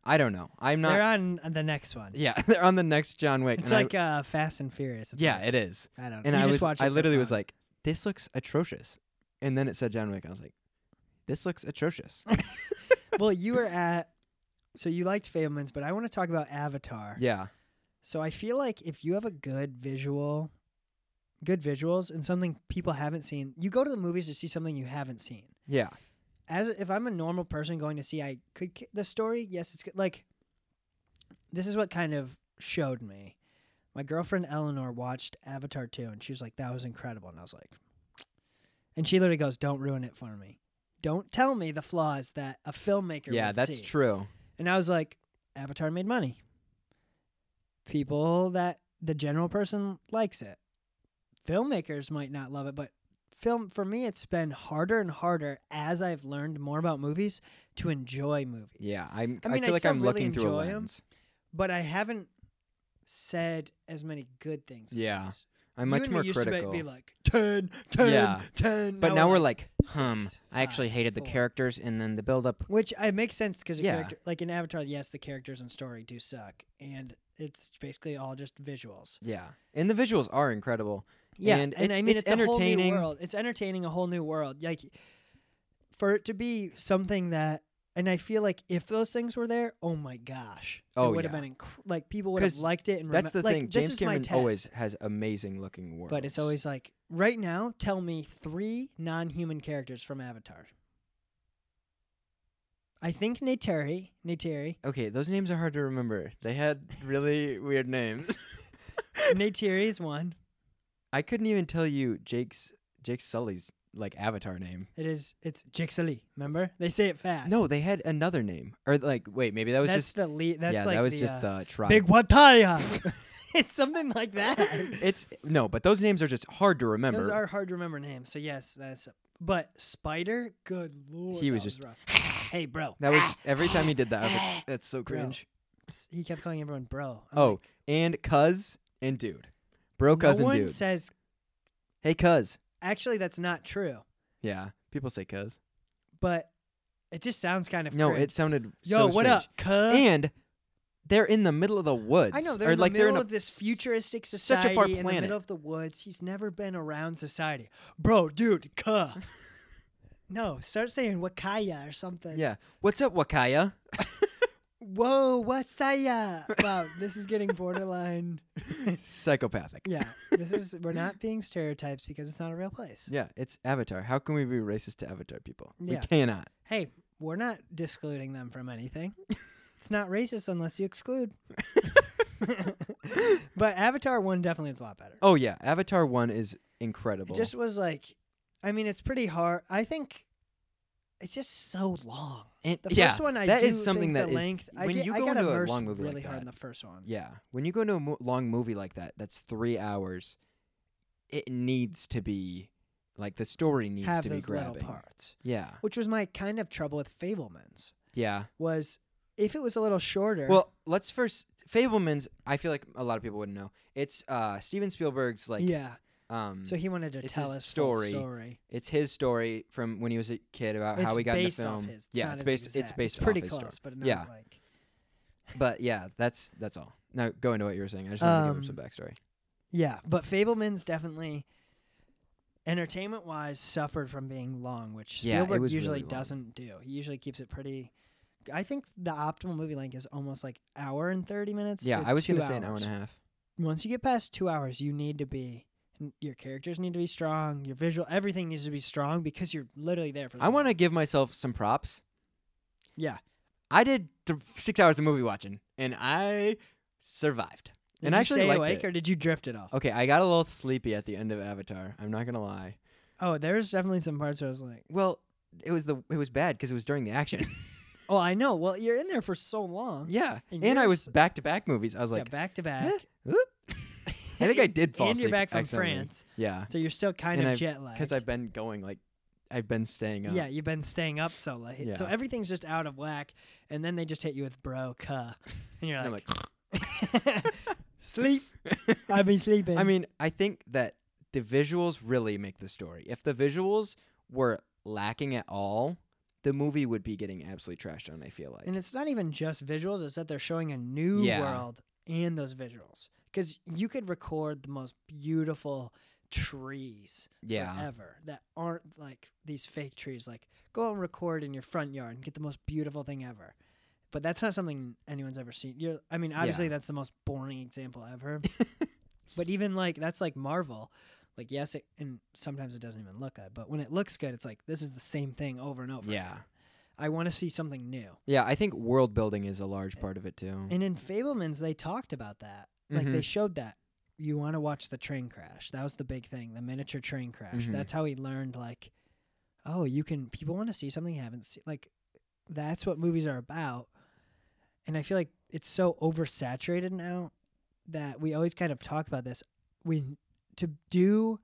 I don't know. I'm not.
They're on the next one.
yeah, they're on the next John Wick.
It's
and I-
like uh, Fast and Furious. It's
yeah,
like-
it is.
I don't. know.
And
You
I
just
was,
watch it
I
for
literally was
fun.
like, this looks atrocious, and then it said John Wick. I was like, this looks atrocious.
well, you were at. So you liked Fableman's, but I want to talk about Avatar.
yeah,
So I feel like if you have a good visual, good visuals, and something people haven't seen, you go to the movies to see something you haven't seen.
yeah,
As if I'm a normal person going to see, I could ca- the story. Yes, it's good. Like this is what kind of showed me. My girlfriend Eleanor watched Avatar 2 and she was like, that was incredible. And I was like, and she literally goes, don't ruin it for me. Don't tell me the flaws that a filmmaker
yeah.
would
That's
see."
true.
And I was like, Avatar made money. People that the general person likes it. Filmmakers might not love it, but film for me it's been harder and harder as I've learned more about movies to enjoy movies.
Yeah, I'm.
I mean, I
feel like
still
I'm
really
looking through a
enjoy 'em.
lens.
But I haven't said as many good things. as
Yeah.
others.
I'm
You
much
and me
more
used to
critical.
be- be like 10, 10,
Yeah.
10.
but now we're like,
six,
hmm. I
five,
actually hated the
four."
characters and then the build up.
Which I makes sense because
Yeah.
character like in Avatar, yes, the characters and story do suck, and it's basically all just visuals.
Yeah, and the visuals are incredible.
Yeah,
And
and,
it's-
I mean
it's
it's, a whole
entertaining.
new world. It's entertaining a whole new world. Like for it to be something that, and I feel like if those things were there, oh my gosh,
Oh,
it would have
yeah.
been inc- like people would have
'Cause
liked it. And
That's
remem-
the
like,
thing.
this
James
is my
Cameron
test,
always has amazing looking worlds.
but it's always like right now. Tell me three non-human characters from Avatar. I think Neytiri, Neytiri,
okay. Those names are hard to remember. They had really weird names.
Neytiri is one.
I couldn't even tell you Jake's Jake Sully's like avatar name.
It is. It's Jixali. Remember, they say it fast.
No, they had another name. Or like, wait, maybe that was
that's
just
the lead. That's
yeah,
like
that was
the,
just
uh,
the tribe.
Big Wataya. it's something like that.
it's no, but those names are just hard to remember.
Those are hard to remember names. So yes, that's. But Spider, good lord,
He
that
was just-
rough. hey, bro.
that was every time he did that. I was like, that's so
Bro.
cringe.
He kept calling everyone bro. I'm
oh,
like,
and cuz and dude, bro,
no
cousin,
one
dude.
says.
hey, cuz.
Actually, that's not true.
Yeah, people say cuz.
But it just sounds kind of.
No,
cringe.
it sounded
Yo,
so
what
strange.
up, cuz?
and they're in the middle of the woods.
I know they're
or
in the
like
middle
they're in a
of this futuristic
such
society
a far
in the
planet.
middle of the woods. He's never been around society, bro, dude. Cuh. no, start saying Wakaya or something.
Yeah. What's up, Wakaya?
Whoa, Wasaya. Wow, this is getting borderline.
Psychopathic.
yeah, this is. We're not being stereotypes because it's not a real place.
Yeah, it's Avatar. How can we be racist to Avatar people?
Yeah.
We cannot.
Hey, we're not discluding them from anything. it's not racist unless you exclude. but Avatar One definitely is a lot better.
Oh yeah, Avatar One is incredible.
It just was like, I mean, it's pretty hard. I think it's just so long.
And-
The
yeah,
first one, I
that
do
is
think
something
the
that is-
length. I
when
get-
you
I
go
got
into a
immersed
long movie like
really hard
that,
in the first one.
yeah. When you go into a mo- long movie like that, that's three hours. It needs to be like the story needs
have
to be
those little
grabbing.
parts,
Yeah,
which was my kind of trouble with Fablemans.
yeah.
Was if it was a little shorter.
Well, let's first Fableman's. I feel like a lot of people wouldn't know. It's uh Steven Spielberg's like
yeah.
um.
So he wanted to
it's
tell
his
us story.
story
story.
it's his story from when he was a kid about how
It's
he got into
based
film.
off his. It's
yeah,
not
it's
his
based. It's
exact-
based off
pretty
his
close,
story.
but not
Yeah.
like.
But yeah, that's that's all. Now go into what you were saying. I just wanted to give him some
Um,
backstory.
Yeah, but Fableman's definitely entertainment wise suffered from being long, which
Yeah, it
Spielberg
was
usually
really long.
doesn't do. He usually keeps it pretty I think the optimal movie length is almost like hour and thirty minutes.
Yeah,
to
I was
two
gonna say an hour and a
hours.
half.
Once you get past two hours, you need to be n- your characters need to be strong, your visual everything needs to be strong because you're literally there for
I
so
want to
long.
give myself some props.
Yeah.
I did th- six hours of movie watching, and I survived.
Did
and
you
I actually
stay
liked
awake
it. Oh.
or did you drift at all?
Okay, I got a little sleepy at the end of Avatar. I'm not gonna lie.
Oh, there's definitely some parts where I was like,
Well, it was the it was bad because it was during the action.
Oh, I know. Well, you're in there for so long.
yeah,
And
and I
you're
was
s-
back to back movies. I was like,
yeah back to
"Huh?
back.
Oop." I think I did fall
and you're
asleep
back from
accidentally.
France,
Yeah,
so you're still kind
And
of
I've-
jet lagged.
because I've been going like I've been staying up.
Yeah, you've been staying up so late. So
Yeah.
everything's just out of whack. And then they just hit you with bro, cuh. And you're
And I'm
like,
like,
sleep. I've been sleeping.
I mean, I think that the visuals really make the story. If the visuals were lacking at all, the movie would be getting absolutely trashed on. I feel like.
and it's not even just visuals, it's that they're showing a new
Yeah.
world in those visuals. Because you could record the most beautiful trees
yeah.
forever that aren't like these fake trees. Like, go and record in your front yard and get the most beautiful thing ever. But that's not something anyone's ever seen. You're, I mean, obviously,
Yeah.
that's the most boring example ever. but even like, that's like Marvel. Like, yes, it, and sometimes it doesn't even look good. But when it looks good, it's like, this is the same thing over and over.
Yeah.
I want to see something new.
Yeah, I think world building is a large part of it too.
And in Fablemans, they talked about that. Like they
Mhm.
showed that you want to watch the train crash. That was the big thing, the miniature train crash.
Mhm.
That's how he learned. Like, oh, you can. People want to see something you haven't seen. Like, that's what movies are about. And I feel like it's so oversaturated now that we always kind of talk about this. We to do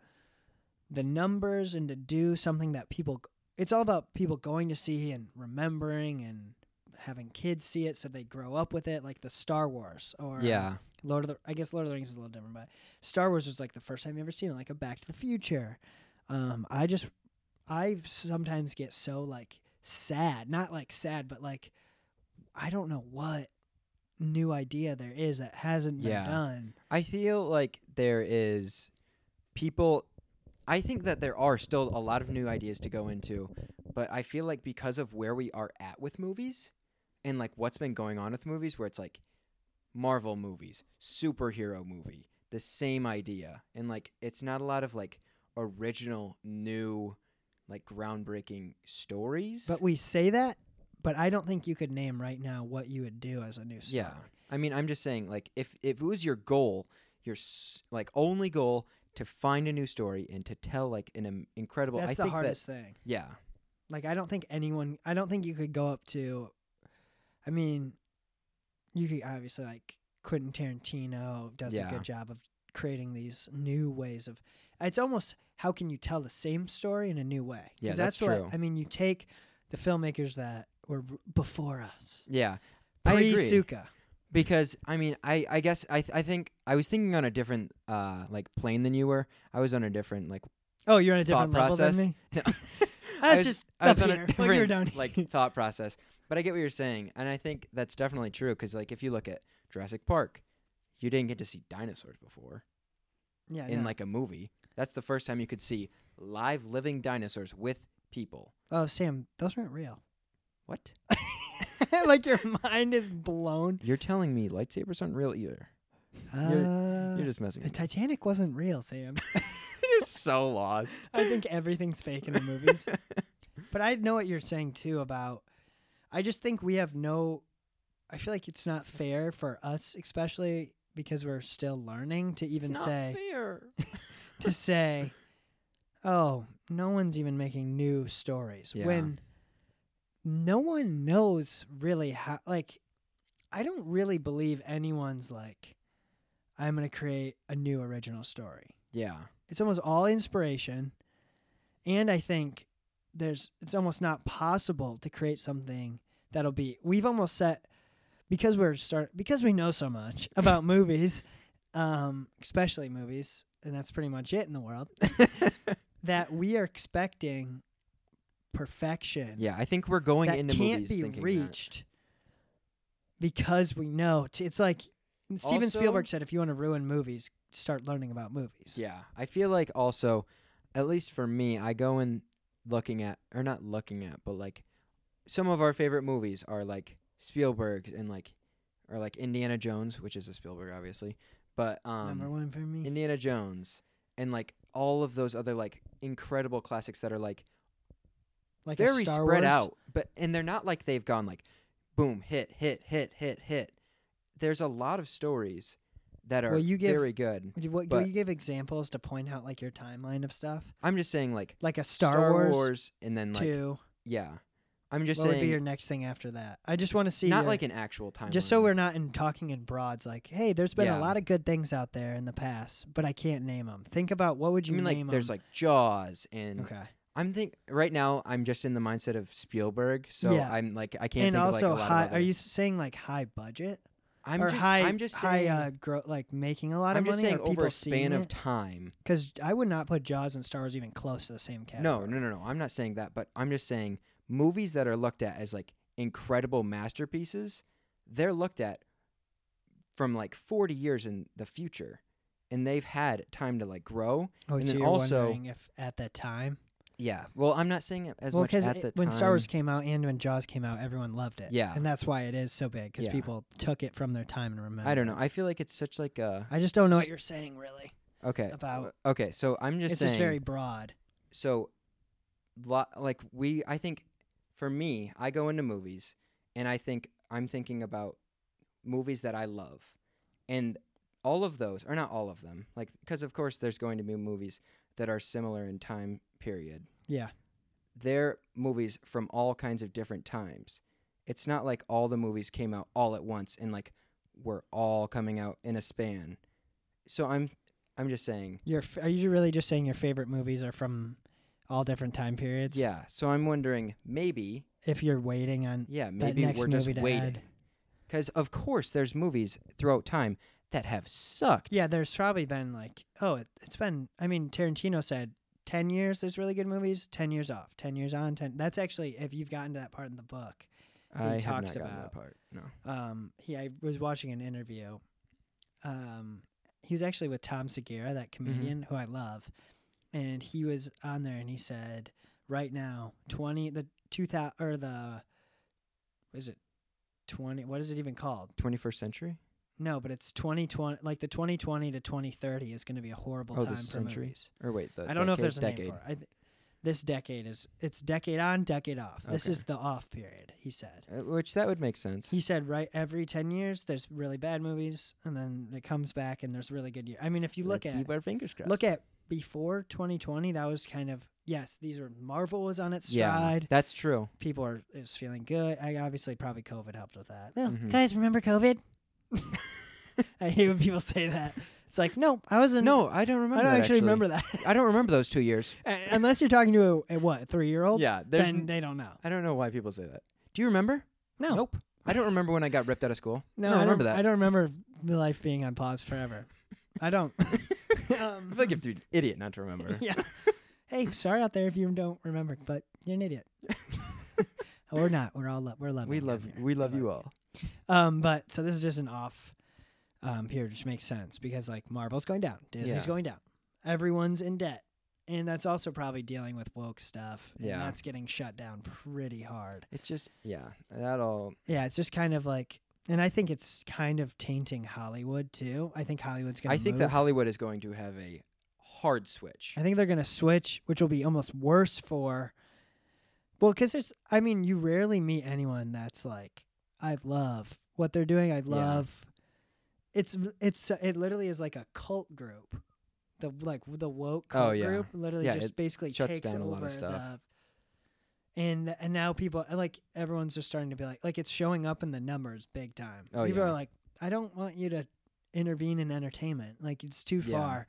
the numbers and to do something that people. It's all about people going to see and remembering and having kids see it so they grow up with it, like the Star Wars or um,
yeah.
Lord of the I guess Lord of the Rings is a little different, but Star Wars was like the first time you ever seen it, like a Back to the Future. Um, I just I sometimes get so like sad, not like sad, but like I don't know what new idea there is that hasn't been
Yeah.
done.
I feel like there is people I think that there are still a lot of new ideas to go into, but I feel like because of where we are at with movies and like what's been going on with movies where it's like Marvel movies, superhero movie, the same idea and like it's not a lot of like original new like groundbreaking stories.
But we say that, but I don't think you could name right now what you would do as a new story.
Yeah. I mean, I'm just saying, like, if if it was your goal, your s- like only goal to find a new story and to tell like an im- incredible.
That's
I
the
think
hardest thing.
That, yeah.
Like I don't think anyone I don't think you could go up to I mean you could obviously like Quentin Tarantino does
Yeah.
a good job of creating these new ways of it's almost how can you tell the same story in a new way? 'Cause
Yeah, that's true.
What, I mean, you take the filmmakers that were b- before us.
Yeah. I
Pre
agree.
Suka.
Because I mean, I I guess I th- I think I was thinking on a different uh like plane than you were. I was on a different like
Oh, you're on a
Thought
different level
process.
than me?
No.
That's
I was,
just
I was
up
on
here,
a
when you were
different
down here.
like thought process. But I get what you're saying, and I think that's definitely true. Because like if you look at Jurassic Park, you didn't get to see dinosaurs before.
Yeah,
in
no.
like a movie. That's the first time you could see live living dinosaurs with people.
Oh Sam, those weren't real.
What?
like your mind is blown.
You're telling me lightsabers aren't real either.
Uh,
You're just messing
The
with me.
Titanic wasn't real, Sam.
You're just so lost.
I think everything's fake in the movies. but I know what you're saying too about I just think we have no I feel like it's not fair for us especially because we're still learning to even say
fair.
to say oh, no one's even making new stories
Yeah.
when no one knows really how like I don't really believe anyone's like I'm going to create a new original story
Yeah.
it's almost all inspiration and i think there's it's almost not possible to create something that'll be we've almost set because we're start because we know so much about movies um especially movies and that's pretty much it in the world that we are expecting perfection
yeah, I think we're going
that
into
can't
movies
be
thinking that.
reached because we know t- it's like steven
Also-
spielberg said if you want to ruin movies start learning about movies
Yeah, I feel like also, at least for me, I go in looking at or not looking at, but like some of our favorite movies are like Spielberg's and like or like Indiana Jones, which is a Spielberg obviously, but
number
um
one for me
Indiana Jones and like all of those other like incredible classics that are like
like a
very
Star
spread
Wars?
out, but and they're not like they've gone like boom, hit, hit, hit, hit, hit. There's a lot of stories that are
Well, you give-
very good.
Would you, what, will
But-
you give examples to point out like your timeline of stuff,
I'm just saying like
like a Star, Wars,
and then like
two,
yeah. I'm just
what would
saying,
be your next thing after that? I just want to see.
not
your-
like an actual time.
just so we're not in talking in broads. Like, hey, there's been
Yeah.
a lot of good things out there in the past, but I can't name them. Think about what would
You
you
mean
name
like there's
them?
like Jaws and
okay,
I'm think right now I'm just in the mindset of Spielberg, so
Yeah.
I'm like I can't
and
think
also
of like a lot
high.
of other-
Are you saying like high budget
I'm
or
just
high?
I'm just
high
saying
uh, grow, like making a lot
I'm
of
just
money.
saying
or
over
people
a span
seeing
of
it?
time.
Because I would not put Jaws and Star Wars even close to the same category.
No, no, no, no. I'm not saying that, but I'm just saying movies that are looked at as like incredible masterpieces, they're looked at from like 40 years in the future, and they've had time to like grow.
Oh,
And
so
then
you're
also-
wondering if at that time,
Yeah. Well, I'm not saying it as
well,
much at
because
the time.
when Star Wars came out and when Jaws came out, everyone loved it.
Yeah.
and that's why it is so big because
Yeah.
people took it from their time and remembered.
I don't
it.
know. I feel like it's such like a
I just don't know what you're saying really.
okay
About-
okay. So I'm just
it's
saying
just very broad.
so lo- like we i think for me i go into movies and i think i'm thinking about movies that i love and all of those or not all of them like because of course there's going to be movies that are similar in time period
Yeah.
they're movies from all kinds of different times it's not like all the movies came out all at once and like were all coming out in a span so i'm i'm just saying
Your f- are you really just saying your favorite movies are from all different time periods?
yeah so i'm wondering maybe
If you're waiting on
Yeah, maybe
next
we're just
movie to
waiting.
add.
Because of course, there's movies throughout time that have sucked.
Yeah, there's probably been like oh, it, it's been I mean Tarantino said 10 years there's really good movies, 10 years off, 10 years on, 10 That's actually if you've gotten to that part in the book.
I have
talks
not gotten
about-
that part. No.
Um he I was watching an interview. Um he was actually with Tom Segura, that
Mm-hmm.
comedian who I love. And he was on there and he said right now 20 the 2000 or the what is it 20 what is it even called
21st century.
no but it's 2020 like the 2020 to 2030 is going to be a horrible
Oh, the
time for
century?
movies
Or wait, the
i don't know if
decade-
there's a
decade.
name for it I th- this decade is it's decade on decade off this
Okay.
is the off period he said
Uh, Which that would make sense.
he said right every 10 years there's really bad movies and then it comes back and there's really good year i mean if you look
Let's
at
keep our fingers crossed.
look at before 2020 that was kind of yes these were marvel was on its
yeah,
stride
that's true.
people are is feeling good. I obviously probably COVID helped with that. Oh,
Mhm.
Guys, remember COVID? I hate when people say that. It's like, no, I wasn't.
No, I don't remember.
I don't
that,
actually, remember that.
I don't remember those two years.
Uh, Unless you're talking to a, a what three year old?
Yeah, there's.
Then
n-
they don't know.
I don't know why people say that. Do you remember?
No,
Nope. I don't remember when I got ripped out of school.
no,
I don't remember that.
I don't remember my life being on pause forever. I don't.
I
um,
feel like I'm an idiot not to remember.
yeah. Hey, sorry out there if you don't remember, but you're an idiot. or not. We're all lo- we're loving.
we
down
love
here.
we love you all.
Um, but so this is just an off um, period, which makes sense because like Marvel's going down, Disney's
Yeah.
going down, everyone's in debt, and that's also probably dealing with woke stuff. And
Yeah.
that's getting shut down pretty hard.
It's just yeah, that all
Yeah, it's just kind of like, and I think it's kind of tainting Hollywood too. I think Hollywood's gonna.
I think
move.
that Hollywood is going to have a hard switch.
I think they're gonna switch, which will be almost worse for. Well, because it's, I mean, you rarely meet anyone that's like, I love what they're doing. I love. It's it's it literally is like a cult group, the like the woke
Oh,
cult
yeah.
group literally
Yeah,
just
it
basically
shuts
takes
down a lot of
over
stuff.
the- and and now people uh, like everyone's just starting to be like like it's showing up in the numbers big time.
Oh,
people
yeah.
are like, I don't want you to intervene in entertainment. Like it's too
Yeah.
far.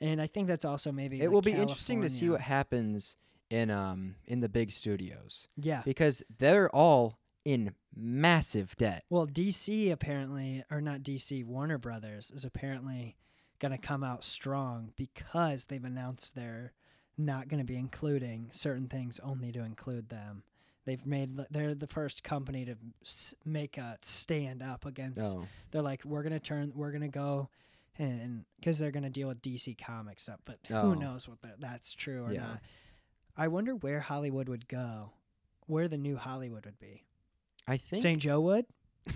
And I think that's also maybe
it
like,
will be interesting to see what
California.
happens in um in the big studios
Yeah.
because they're all in massive debt.
Well, DC apparently, or not DC, Warner Brothers is apparently going to come out strong because they've announced they're not going to be including certain things only to include them. They've made they're the first company to s- make a stand up against.
Oh,
They're like we're going to turn we're going to go and cuz they're going to deal with DC comics stuff, but
Oh.
who knows what that- that's true or
Yeah.
not. I wonder where Hollywood would go. Where the new Hollywood would be.
I think
St. Joe Wood?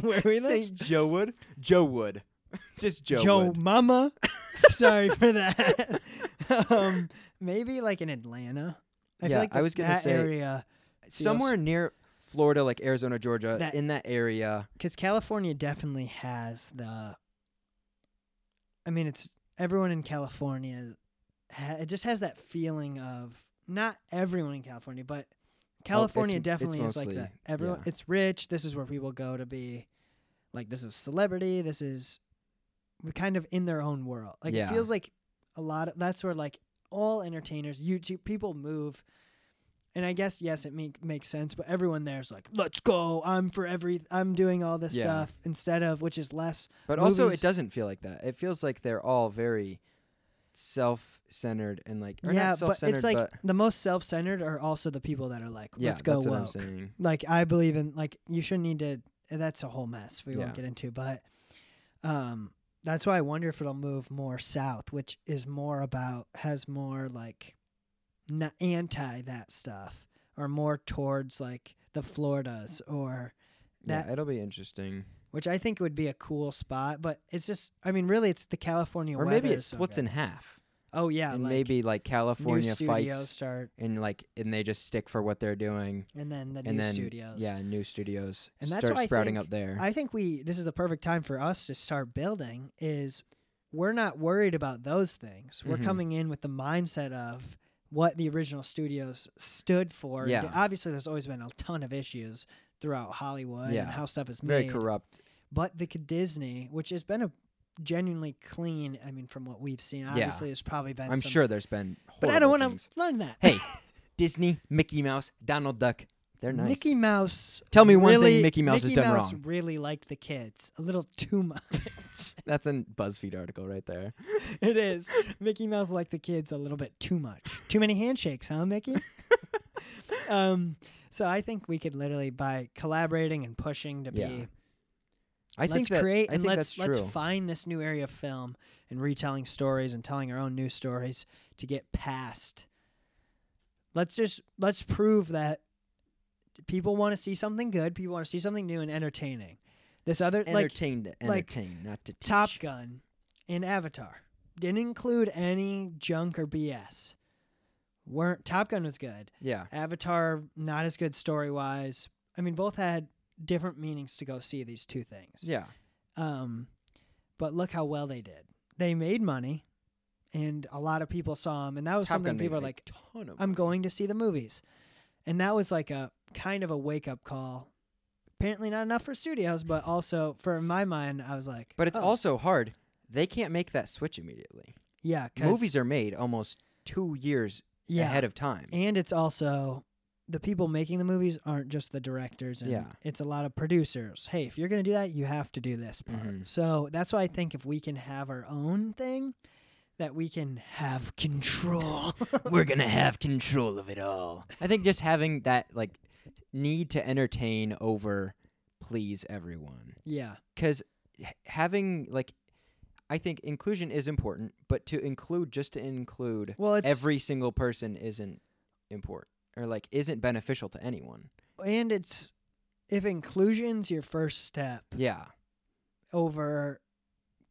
Where we live?
Saint Joe Wood, Joe Wood, just Joe.
Joe
Wood.
Mama. Sorry for that. um, maybe like in Atlanta. I
Yeah,
feel like
I was
this-
gonna
that
say-
area
somewhere near Florida, like Arizona, Georgia,
That-
in that area.
because California definitely has the. I mean, it's everyone in California. Ha, it just has that feeling of not everyone in California, but California
it's
definitely is like
mostly-
that. Everyone,
yeah.
it's rich. This is where people go to be, like this is celebrity. This is, we're kind of in their own world. Like
Yeah.
it feels like a lot of that's where like all entertainers, YouTube people move, and I guess yes, it make, makes sense. But everyone there's like, let's go. I'm for every. I'm doing all this
Yeah.
stuff instead of which is less.
But also,
movies-
it doesn't feel like that. It feels like they're all very self-centered and like, or
yeah,
not
but
self-centered,
it's like
but-
the most self-centered are also the people that are like,
yeah,
let's go
that's what I'm
woke.
saying.
like I believe in like you shouldn't need to eh, that's a whole mess we
Yeah.
won't get into but um that's why I wonder if it'll move more south which is more about has more like n- anti that stuff or more towards like the Floridas or that
yeah, it'll be interesting.
which I think would be a cool spot but it's just I mean really it's the California
Or
weather
maybe it
is so
splits
good.
in half,
oh yeah
and
like
maybe like
new
California
studios
fights,
start
and like, and they just stick for what they're doing,
and then the
and
new
then
studios
yeah, new studios
And that's
start
why I
sprouting
think
up there.
I think we this is the perfect time for us to start building is we're not worried about those things. We're
Mhm.
coming in with the mindset of what the original studios stood for. And
Yeah.
Obviously there's always been a ton of issues throughout Hollywood
Yeah.
and how stuff is
very
made.
corrupt.
But the k- Disney, which has been a genuinely clean, I mean from what we've seen, obviously there's probably been
I'm
some-
sure there's been.
But I don't
horrible
want
things.
to learn that.
Hey, Disney, Mickey Mouse, Donald Duck. They're nice.
Mickey Mouse
Tell me one thing
really-
Mickey Mouse has done
Mouse
wrong.
really liked the kids a little too much.
That's a BuzzFeed article right there.
It is. Mickey Mouse liked the kids a little bit too much. Too many handshakes, huh, Mickey? um, so I think we could literally by collaborating and pushing to be
Yeah. I
let's
think that,
create
I
and
think
let's
that's
let's
true.
find this new area of film and retelling stories and telling our own new stories to get past. Let's just let's prove that people want to see something good, people want to see something new and entertaining. This other like
entertain to
like,
entertain, not to teach.
Top Gun and Avatar didn't include any junk or BS. Weren't Top Gun was good.
Yeah,
Avatar not as good story wise. I mean, both had different meanings to go see these two things.
yeah,
Um, but look how well they did. They made money, and a lot of people saw them, and that was
Top Gun
something
made
people are
a
like,
ton of
I'm
money.
going to see the movies. And that was like a kind of a wake up call. Apparently not enough for studios, but also for my mind, I was like,
But it's
"Oh,
also hard. They can't make that switch immediately.
Yeah, 'cause-
Movies are made almost two years
yeah.
ahead of time.
and it's also the people making the movies aren't just the directors and
Yeah.
it's a lot of producers. Hey, if you're going to do that, you have to do this part.
Mhm.
So that's why I think if we can have our own thing that we can have control.
We're gonna have control of it all. I think just having that like need to entertain over please everyone.
yeah.
because having like i think inclusion is important but to include just to include
Well, it's
every single person isn't important or like isn't beneficial to anyone
and it's if inclusion's your first step
yeah
over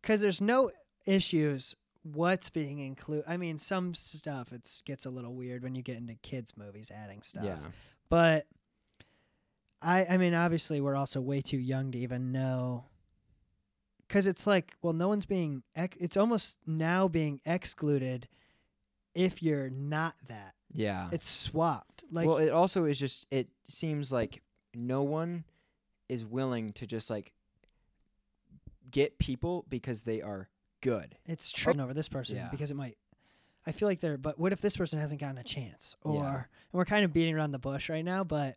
cuz there's no issues what's being included. I mean, some stuff it gets a little weird when you get into kids movies adding stuff.
yeah
but i i mean obviously we're also way too young to even know because it's like well no one's being ex- it's almost now being excluded if you're not that
yeah
it's swapped like
well it also is just it seems like no one is willing to just like get people because they are good
it's tripping over this person
Yeah.
because it might i feel like they're but what if this person hasn't gotten a chance
Yeah.
or and we're kind of beating around the bush right now but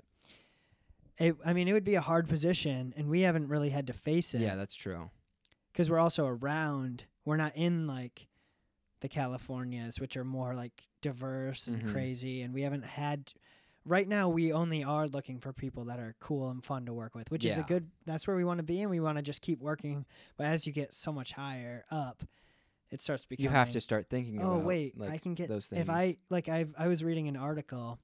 it, i mean it would be a hard position and we haven't really had to face it
yeah that's true
because we're also around. We're not in like the Californias, which are more like diverse and
Mhm.
crazy, and we haven't had. Right now, we only are looking for people that are cool and fun to work with, which is a
Yeah.
good. That's where we want to be, and we want to just keep working. But as you get so much higher up, it starts becoming.
you have to start thinking
Oh
about
wait,
like,
I can get
those things
if I like. I I was reading an article.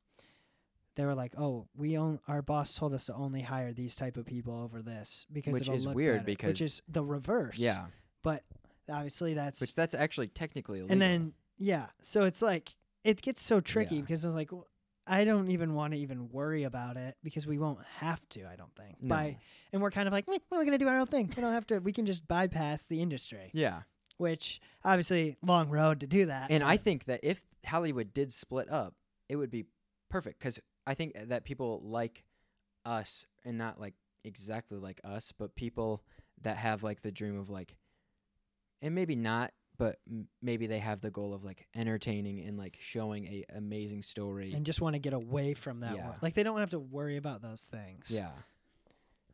They were like, "Oh, we own our boss told us to only hire these type of people over this because
Which
it'll
is
look
weird
better," which
because-
is the reverse
yeah
but obviously that's
which that's actually technically illegal
and then yeah so it's like it gets so tricky
Yeah.
because it's like w- i don't even want to even worry about it because we won't have to i don't think
No.
by and we're kind of like "Meh, we're gonna do our own thing we don't have to we can just bypass the industry
yeah
which obviously long road to do that
And I
but
think that if Hollywood did split up, it would be perfect because I think that people like us and not like exactly like us, but people that have like the dream of like, and maybe not, but m- maybe they have the goal of like entertaining and like showing a amazing story.
and just want to get away from that
Yeah.
one. Like they don't have to worry about those things.
yeah,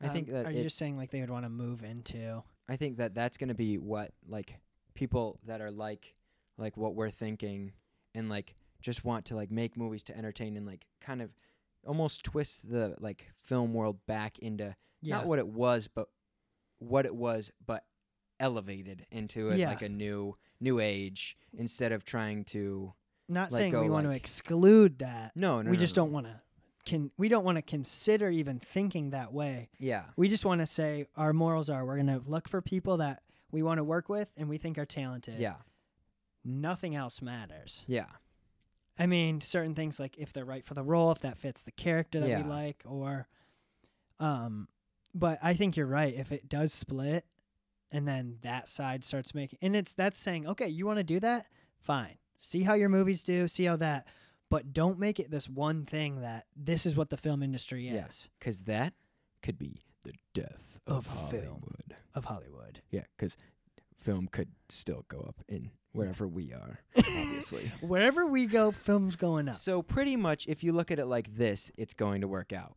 I think
Um,
that
Are
it-
you just saying like they would want to move into?
I think that that's going to be what like people that are like like what we're thinking and like just want to like make movies to entertain and like kind of almost twist the like film world back into
Yeah.
not what it was but what it was but elevated into it
Yeah.
like a new new age instead of trying to
not
like,
saying
go,
we want to
like-
exclude that.
no no
we
no,
just
no.
don't want to. Can we don't want to consider even thinking that way.
yeah
We just want to say our morals are we're going to look for people that we want to work with and we think are talented.
yeah
Nothing else matters.
yeah
I mean, certain things like if they're right for the role, if that fits the character that
Yeah.
we like, or, um, but I think you're right. If it does split, and then that side starts making, and it's that's saying, okay, you want to do that, fine. See how your movies do, see how that, but don't make it this one thing that this is what the film industry is
Yeah. cuz that could be the death
Of
of, Hollywood
film. of Hollywood.
Yeah, because film could still go up in wherever we are, obviously.
Wherever we go, film's going up.
so pretty much, if you look at it like this, it's going to work out.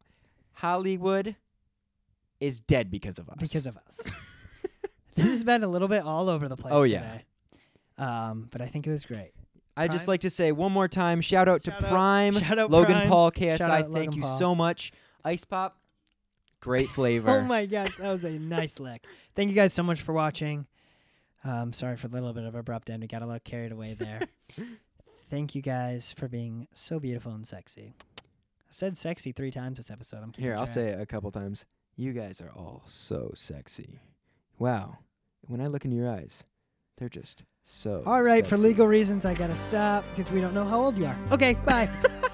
Hollywood is dead because of us.
because of us. this has been a little bit all over the place.
Oh, yeah.
today. Um, but I think it was great.
I just
Prime.
like to say one more time, shout out
Shout
to
out-
Prime,
shout out
Logan
Prime,
Paul,
shout out
KSI. Thank
Logan
you
Paul.
so much. Ice pop, great flavor.
Oh my gosh, that was a nice lick. Thank you guys so much for watching. Um, sorry for a little bit of abrupt end. We got a little carried away there. Thank you guys for being so beautiful and sexy. I said sexy three times this episode. I'm keeping
Here, I'll
track.
say it a couple times. You guys are all so sexy. Wow. When I look into your eyes, they're just so.
All right, for
sexy.
legal reasons, I gotta stop because we don't know how old you are. Okay, bye.